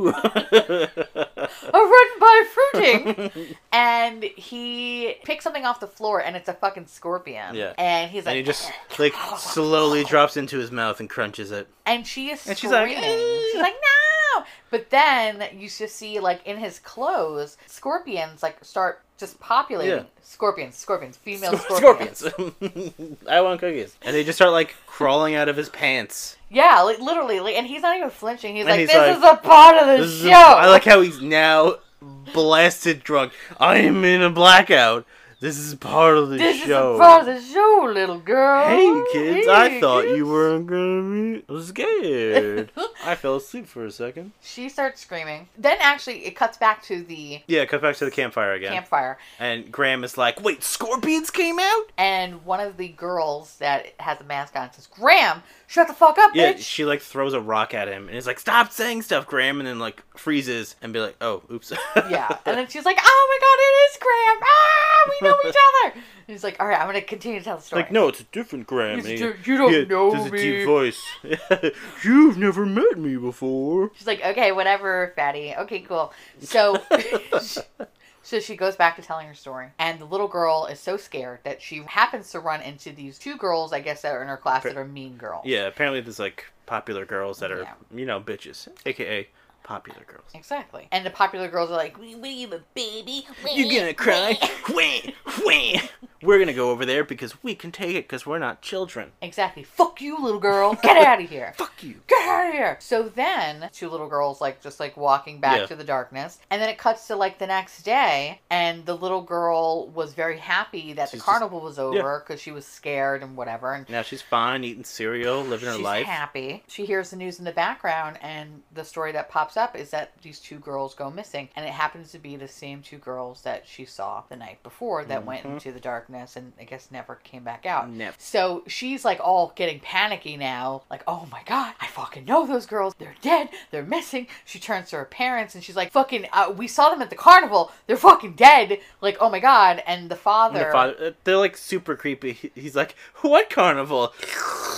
Woo
a run by fruiting.
woo.
and he picks something off the floor and it's a fucking scorpion.
Yeah.
And he's like, "Eh."
and he just like slowly drops into his mouth and crunches it.
and she is
And she's like,
screaming. She's like,
"Eh."
no. But then you just see like in his clothes, scorpions like start just populating.
Yeah.
Scorpions, scorpions, female scorpions.
Scorpions. I want cookies. And they just start like crawling out of his pants.
Yeah, like literally, like, and he's not even flinching. He's
And
like,
he's
"This
like,
is a part of the
This is
show."
a- I like how he's now blasted drunk. I am in a blackout. This is part of the
this
show.
is a part of the show, little girl.
Hey kids, I
Hey,
thought
kids.
you weren't gonna be scared. I fell asleep for a second.
She starts screaming. Then actually, it cuts back to the
Yeah, cut back to the campfire again.
campfire,
and Graham is like, "Wait, scorpions came out?"
and one of the girls that has a mask on says, "Graham, shut the fuck up,
Yeah,
bitch."
she like throws a rock at him, and he's like, "Stop saying stuff, Graham!" And then like freezes and be like, "Oh, oops."
yeah, and then she's like, "Oh my god, it is Graham! Ah, we know each other." And he's like, "All right, I'm gonna continue to tell the story."
like, no, it's a different Graham.
He's
And he-
like, you don't
yeah,
know
there's a
me.
deep voice. You've never met me before.
She's like, "Okay, whatever, fatty. Okay, cool." So. So she goes back to telling her story, and the little girl is so scared that she happens to run into these two girls, I guess, that are in her class that are mean girls.
Yeah, apparently there's like popular girls that are,
Yeah.
you know, bitches, aka popular girls.
Exactly. And the popular girls are like, "We what are you, a baby?
You're gonna cry. Wham, wham. We're gonna go over there because we can take it because we're not children.
Exactly. Fuck you, little girl. Get out of here.
Fuck you.
Get out of here. So then, two little girls like just like walking back
Yeah.
to the darkness, and then it cuts to like the next day, and the little girl was very happy that
She's
the
just-
carnival was over because she was scared and whatever, and
Now she's fine, eating cereal, living her
she's
life.
happy. She hears the news in the background, and the story that pops up is that these two girls go missing, and it happens to be the same two girls that she saw the night before that went
Mhm.
into the darkness and I guess never came back out.
Never.
So she's like all getting panicky now, like, oh my god, I fucking know those girls. They're dead. They're missing. She turns to her parents and she's like, fucking, uh, we saw them at the carnival. They're fucking dead. Like, oh my god. And the
And
father.
the father, uh, they're like super creepy. He- He's like, "What carnival?"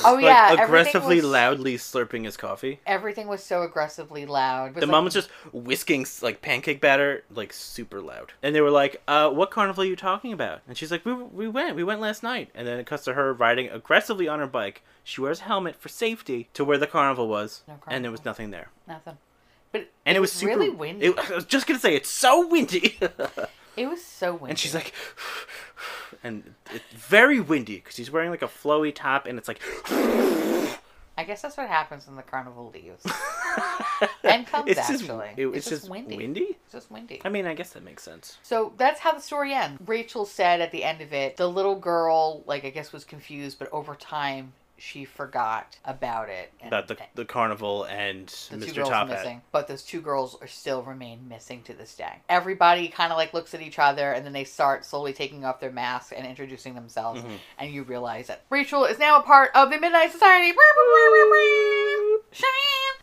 Oh,
Like,
yeah, everything
aggressively,
was-
loudly slurping his coffee.
Everything was so aggressively loud. It was
The
like-
mom was just whisking like pancake batter, like super loud. And they were like, "Uh, what carnival are you talking about?" And she's like, "We we went, we went last night." And then it cuts to her riding aggressively on her bike. She wears a helmet for safety to where the carnival was,
No
and there was
carnival.
nothing there.
Nothing. But
And it, was, super
really windy.
it- I was just gonna say it's so windy,
It was so windy.
and she's like, and it's very windy because she's wearing like a flowy top, and it's like,
I guess that's what happens when the carnival leaves. And comes,
it's just,
actually.
it-
It's
it's,
just
just
windy.
Windy.
It's just windy.
I mean, I guess that makes sense.
So that's how the story ends. Rachel said at the end of it, the little girl, like, I guess was confused, but over time, she forgot about it. And
About the the carnival and
the two
Mr.
girls
Top Hat.
missing. But those two girls are still remain missing to this day. Everybody kind of, like, looks at each other, and then they start slowly taking off their masks and introducing themselves.
Mhm.
And you realize that Rachel is now a part of the Midnight Society. Cheyenne.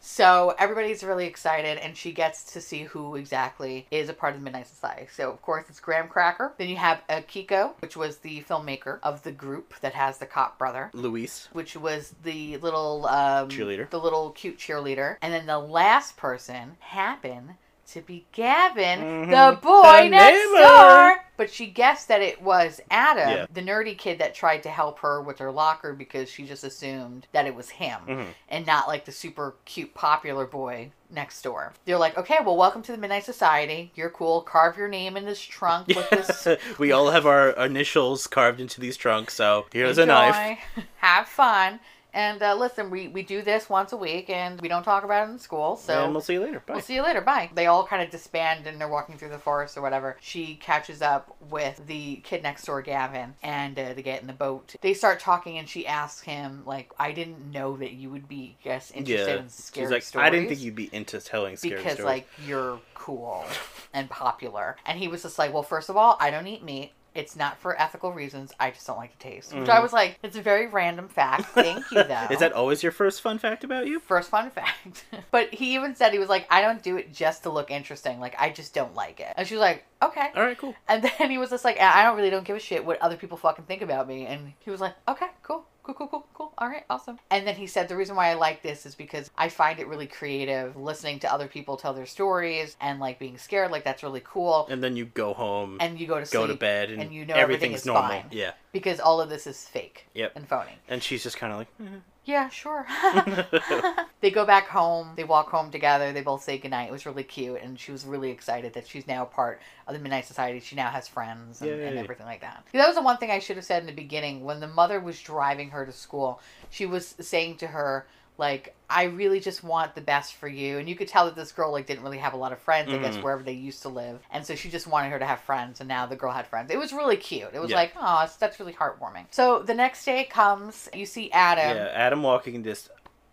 So everybody's really excited, and she gets to see who exactly is a part of the Midnight Society. So of course it's Graham Cracker. Then you have Akiko, which was the filmmaker of the group that has the cop brother.
Luis.
Which was the little um,
Cheerleader.
the little cute cheerleader, and then the last person happened to be Gavin,
Mhm.
the boy
The
next
neighbor.
door. But she guessed that it was Adam,
Yeah.
the nerdy kid that tried to help her with her locker because she just assumed that it was him
Mhm.
and not like the super cute popular boy next door. They're like, okay, well, welcome to the Midnight Society. You're cool. Carve your name in this trunk with this.
we all have our initials carved into these trunks, so here's a
Enjoy.
knife.
Have fun. And uh, listen, we, we do this once a week and we don't talk about it in school. So
and we'll see you later. Bye.
We'll see you later. Bye. They all kind of disband and they're walking through the forest or whatever. She catches up with the kid next door, Gavin, and uh, they get in the boat. They start talking and she asks him, like, I didn't know that you would be, I guess, interested in scary
She's like,
stories.
I didn't think you'd be into telling scary
because
stories.
like you're cool and popular and he was just like well first of all i don't eat meat it's not for ethical reasons i just don't like the taste which i was like it's a very random fact thank you though
Mm. Is that always your first fun fact about you?
First fun fact. but he even said he was like, I don't do it just to look interesting. Like, I just don't like it. And she was like, okay.
All right, cool.
And then he was just like, I I don't really don't give a shit what other people fucking think about me. And he was like, okay, cool. Cool, cool, cool, cool. All right, awesome. And then he said, The reason why I like this is because I find it really creative listening to other people tell their stories and like being scared. Like, that's really cool.
And then you go home,
And you go to sleep
go to bed, and,
and you know everything
everything's
is
normal.
fine.
Yeah.
because all of this is fake
Yep.
and phony.
And she's just kind of like, "Mm-hmm."
Yeah, sure.
eh.
they go back home. They walk home together. They both say goodnight. It was really cute. And she was really excited that she's now a part of the Midnight Society. She now has friends and, and
Yay.
everything like that. That was the one thing I should have said in the beginning. When the mother was driving her to school, she was saying to her, like, I really just want the best for you. And you could tell that this girl, like, didn't really have a lot of friends, I guess,
Mhm.
wherever they used to live. And so she just wanted her to have friends. And now the girl had friends. It was really cute. It was
Yeah.
like, oh, that's really heartwarming. So the next day comes. You see Adam.
yeah. Adam walking this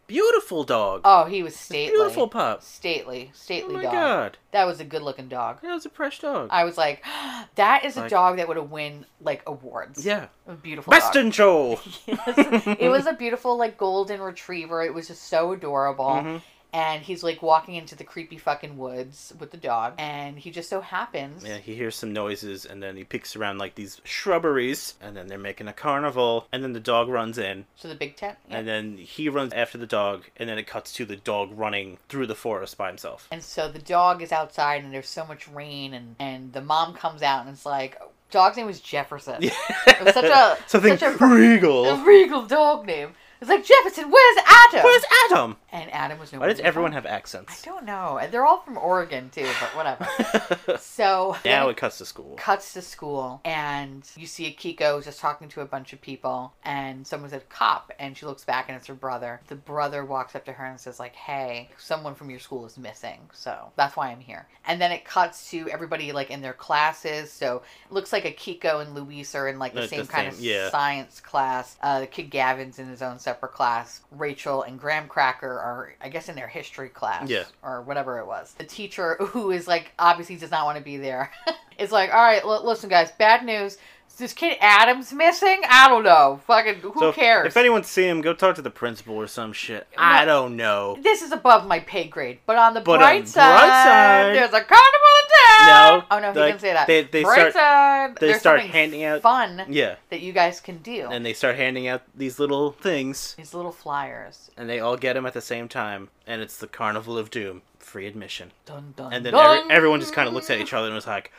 beautiful dog,
Oh, he was stately.
beautiful pup.
Stately,
Oh
stately
my
dog. Oh,
god,
That was a good looking dog.
that was a fresh dog.
I was like, that is a
Like-
dog that would have win like awards.
yeah,
A beautiful dog.
Western Joe.
Yes. It was a beautiful like golden retriever. It was just so adorable.
Mhm.
And he's like walking into the creepy fucking woods with the dog, and he just so happens.
Yeah, he hears some noises and then he peeks around like these shrubberies and then they're making a carnival and then the dog runs in
So the big tent. yeah.
and then he runs after the dog and then it cuts to the dog running through the forest by himself.
And so the dog is outside, and there's so much rain, and and the mom comes out, and it's like, dog's name was Jefferson. It was such a
something
such a
regal.
a regal dog name. It's like Jefferson. Where's Adam?
Where's Adam?
and Adam was nowhere.
Why does
to be
everyone
found.
have accents?
I don't know. And They're all from Oregon too, but whatever. so
now
then
it cuts to school.
cuts to school, and you see Akiko just talking to a bunch of people, and someone's a cop, and she looks back, and it's her brother. The brother walks up to her and says like, "Hey, someone from your school is missing, so that's why I'm here." And then it cuts to everybody like in their classes. So it looks like Akiko and Luis are in like the
Uh, the
same kind
same-
of
yeah.
science class. Uh, the kid Gavin's in his own separate class. Rachel and Graham Cracker are, I guess, in their history class
Yeah.
or whatever it was. The teacher, who is like obviously does not want to be there, is like, all right, l- listen, guys, bad news. This kid Adam's missing. I don't know. Fucking who
So if-
cares?
If anyone's seen him, go talk to the principal or some shit. I don't know.
this is above my pay grade, but on the
But on
bright,
the
side,
bright side-
there's a carnival in town.
No,
oh no, he
like,
didn't say that.
they- they
bright
start-
side,
They
there's
start
something
handing out
fun
Yeah.
that you guys can do.
And they start handing out these little things.
These little flyers.
and they all get him at the same time, and it's the Carnival of Doom, free admission.
Dun dun.
And then
dun.
every, everyone just kind of looks at each other and was like,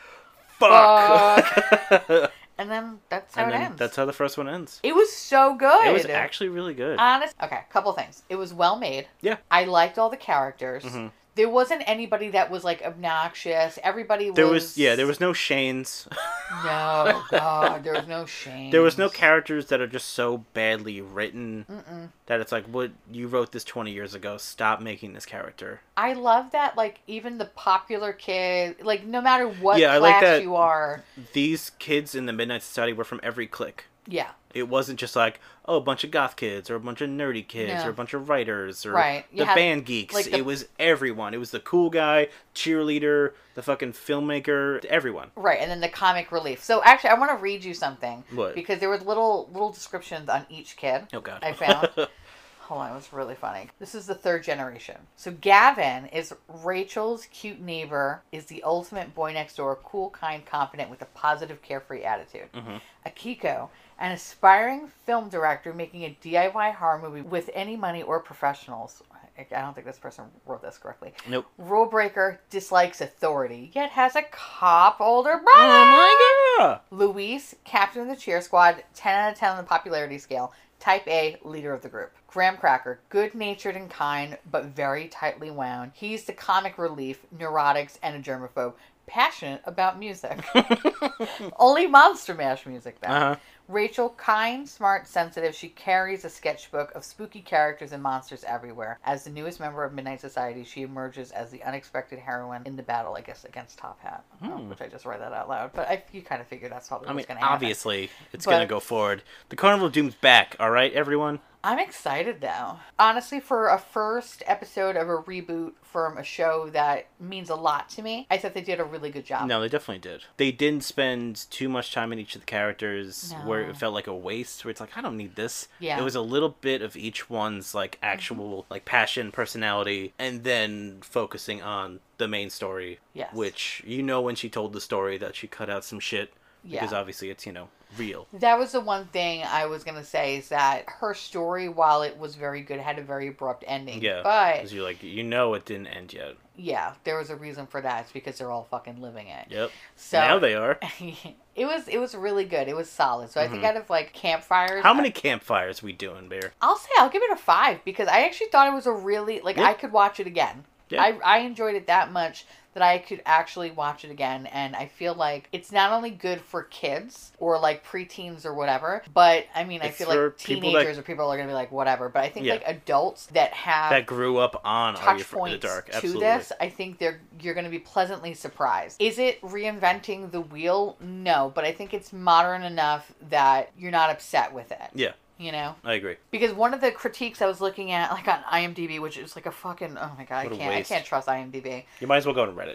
"Fuck!"
Fuck. and then that's how
and
it
then
ends.
that's how the first one ends.
It was so good.
It was actually really good.
honest. Okay, couple things. It was well made.
Yeah.
I liked all the characters.
Mhm.
There wasn't anybody that was like obnoxious. Everybody was.
there was yeah, there was no Shanes.
No God, there was no shame.
there was no characters that are just so badly written
Mm-mm.
that it's like, "What you wrote this twenty years ago? Stop making this character."
I love that, like even the popular kid, like no matter what
Yeah, I
class
like that-
you are,
These kids in the Midnight Society were from every clique.
yeah,
It wasn't just like, oh, a bunch of goth kids or a bunch of nerdy kids
No.
or a bunch of writers or
Right. You
the
had,
band geeks.
like, the-
It was everyone. It was the cool guy, cheerleader, the fucking filmmaker, everyone.
right. And then the comic relief. So actually, I want to read you something
What?
because there was little little descriptions on each kid.
oh god.
I found. Hold on, it was really funny. This is the third generation. So Gavin is Rachel's cute neighbor, is the ultimate boy next door, cool, kind, confident, with a positive, carefree attitude.
Mhm.
Akiko, an aspiring film director making a DIY horror movie with any money or professionals. I don't think this person wrote this correctly.
Nope.
Rule breaker dislikes authority, yet has a cop older brother.
Oh my god!
Luis, captain of the cheer squad, 10 out of 10 on the popularity scale, type A, leader of the group. Graham Cracker, good natured and kind, but very tightly wound. He's the comic relief, neurotics, and a germaphobe, passionate about music. Only Monster Mash music, though.
Uh-huh.
Rachel, kind, smart, sensitive, she carries a sketchbook of spooky characters and monsters everywhere. As the newest member of Midnight Society, she emerges as the unexpected heroine in the battle, I guess, against Top Hat, Oh,
Hmm.
which I just read that out loud. But I, you kind of figured that's probably
I mean,
what's going to happen.
obviously, it's
But-
gonna go forward. The Carnival of Doom's back, alright, everyone?
I'm excited though. Honestly, for a first episode of a reboot from a show that means a lot to me, I thought they did a really good job.
No, they definitely did. They didn't spend too much time in each of the characters where
No.
it felt like a waste, where it's like, I don't need this.
Yeah. Mm-hmm.
It was a little bit of each one's like actual like passion, personality, and then focusing on the main story.
Yes.
Which you know when she told the story that she cut out some shit.
Yeah.
Because obviously it's, you know, real.
That was the one thing I was gonna say is that her story, while it was very good, had a very abrupt ending.
Yeah.
But
Because you're like, you know it didn't end yet.
yeah, there was a reason for that. It's because they're all fucking living it.
Yep.
So
now they are.
it was it was really good. It was solid. So I think
Mhm.
out of like campfires,
How many campfires we doing, Bear?
I'll say I'll give it a five because I actually thought it was a really like
Yeah.
I could watch it again.
Yeah.
I I enjoyed it that much that I could actually watch it again, and I feel like it's not only good for kids or like preteens or whatever, but I mean I
It's
feel
for
like
people
teenagers
that-
or people are gonna be like whatever, but I think
Yeah.
like adults that have
That grew up on Are
Uh,
You
touch
Afraid of
points
the Dark.
to
Absolutely.
this, I think they're you're going to be pleasantly surprised. Is it reinventing the wheel? No, but I think it's modern enough that you're not upset with it.
Yeah.
You know,
I agree.
because one of the critiques I was looking at, like on IMDb, which is like a fucking oh my god,
What a
I can't I
waste.
can't trust IMDb.
You might as well go on Reddit.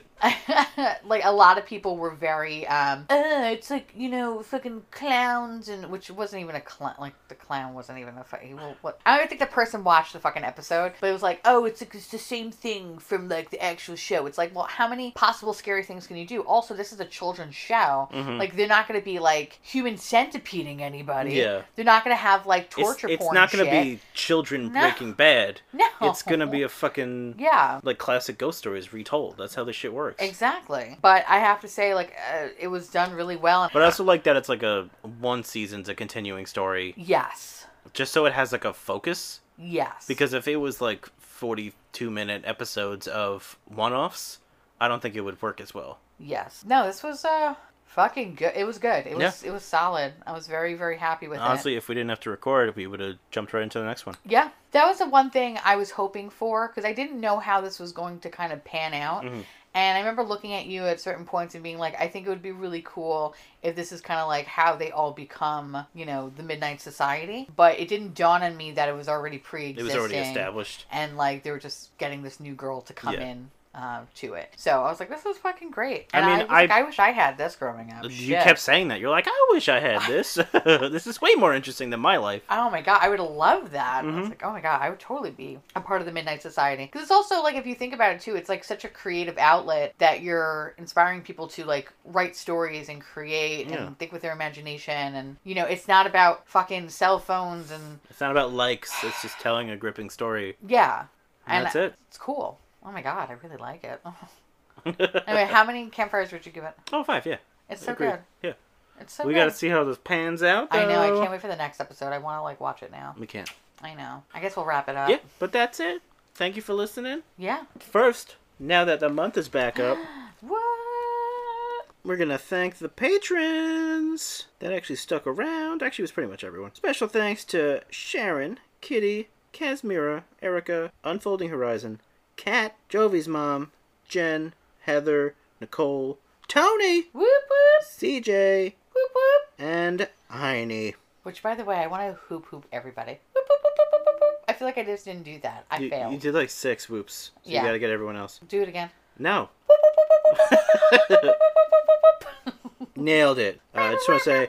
like a lot of people were very um, uh, it's like you know fucking clowns and which wasn't even a clown. Like the clown wasn't even a fucking. Well, what? I don't think the person watched the fucking episode, but it was like, oh, it's like, it's the same thing from like the actual show. It's like, well, how many possible scary things can you do? Also, this is a children's show.
Mhm.
Like they're not going to be like human centipeding anybody.
Yeah.
They're not going to have like
It's,
torture.
it's
porn
not going to
shit.
be children
No.
breaking bad.
No.
It's going to be a fucking
Yeah.
like classic ghost stories retold. That's how this shit works.
Exactly. But I have to say, like, uh, it was done really well.
But I also like that it's like a one season's a continuing story,
yes.
just so it has like a focus.
Yes.
Because if it was like forty-two minute episodes of one-offs, I don't think it would work as well.
Yes. No, this was uh fucking good. It was good. It was it was solid. I was very very happy with it.
Honestly, if we didn't have to record, we would have jumped right into the next one.
Yeah, that was the one thing I was hoping for because I didn't know how this was going to kind of pan out.
Mhm.
And I remember looking at you at certain points and being like, I think it would be really cool if this is kind of like how they all become, you know, the Midnight Society. But it didn't dawn on me that it was already pre
It
existing.
was already established.
And like they were just getting this new girl to come
Yeah.
in. Um, to it, so I was like, "This is fucking great."
I
And I
mean,
was like,
I-
I wish I had this growing up.
You
Oh, Shit.
kept saying that. You're like, I wish I had this. this is way more interesting than my life.
Oh my god, I would have loved that. I
Mhm.
was like, oh my god, I would totally be a part of the Midnight Society. Because it's also like, if you think about it too, it's like such a creative outlet that you're inspiring people to like write stories and create
Yeah.
and think with their imagination. And you know, it's not about fucking cell phones and
It's not about likes. It's just telling a gripping story.
yeah,
And that's it.
it's cool. Oh my god, I really like it. anyway,
oh,
how many campfires would you give it?
five, yeah.
It's so
Agreed.
good.
Yeah.
It's so
we
good.
got to see how this pans out.
I know. I
though.
can't wait for the next episode. I want to like watch it now.
We can't.
I know. I guess we'll wrap it up.
Yeah, but that's it. Thank you for listening.
Yeah.
First, now that the month is back up,
What?
we're going to thank the patrons that actually stuck around. Actually, it was pretty much everyone. Special thanks to Sharon, Kitty, Casimira, Erica, Unfolding Horizon, Kat, Jovi's mom, Jen, Heather, Nicole, Tony,
Whoop whoop
CJ,
whoop whoop.
and Heine.
Which, by the way, I want to hoop hoop everybody. Whoop, whoop, whoop, whoop, whoop, whoop. I feel like I just didn't do that. I
you,
failed.
you did like six whoops. So
Yeah.
You gotta get everyone else.
Do it again.
No.
Whoop, whoop, whoop, whoop, whoop, whoop, whoop, whoop, whoop, whoop.
Nailed it. Uh, I just wanna say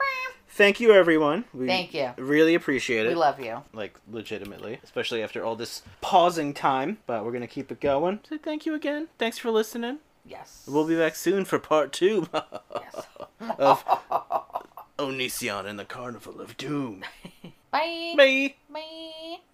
thank you, everyone. We
Thank you.
Really appreciate it.
We love you.
like, legitimately. Especially after all this pausing time. But we're gonna keep it going. So thank you again. Thanks for listening.
Yes.
We'll be back soon for part two
Yes.
of Onision and the Carnival of Doom.
Bye.
Bye.
Bye.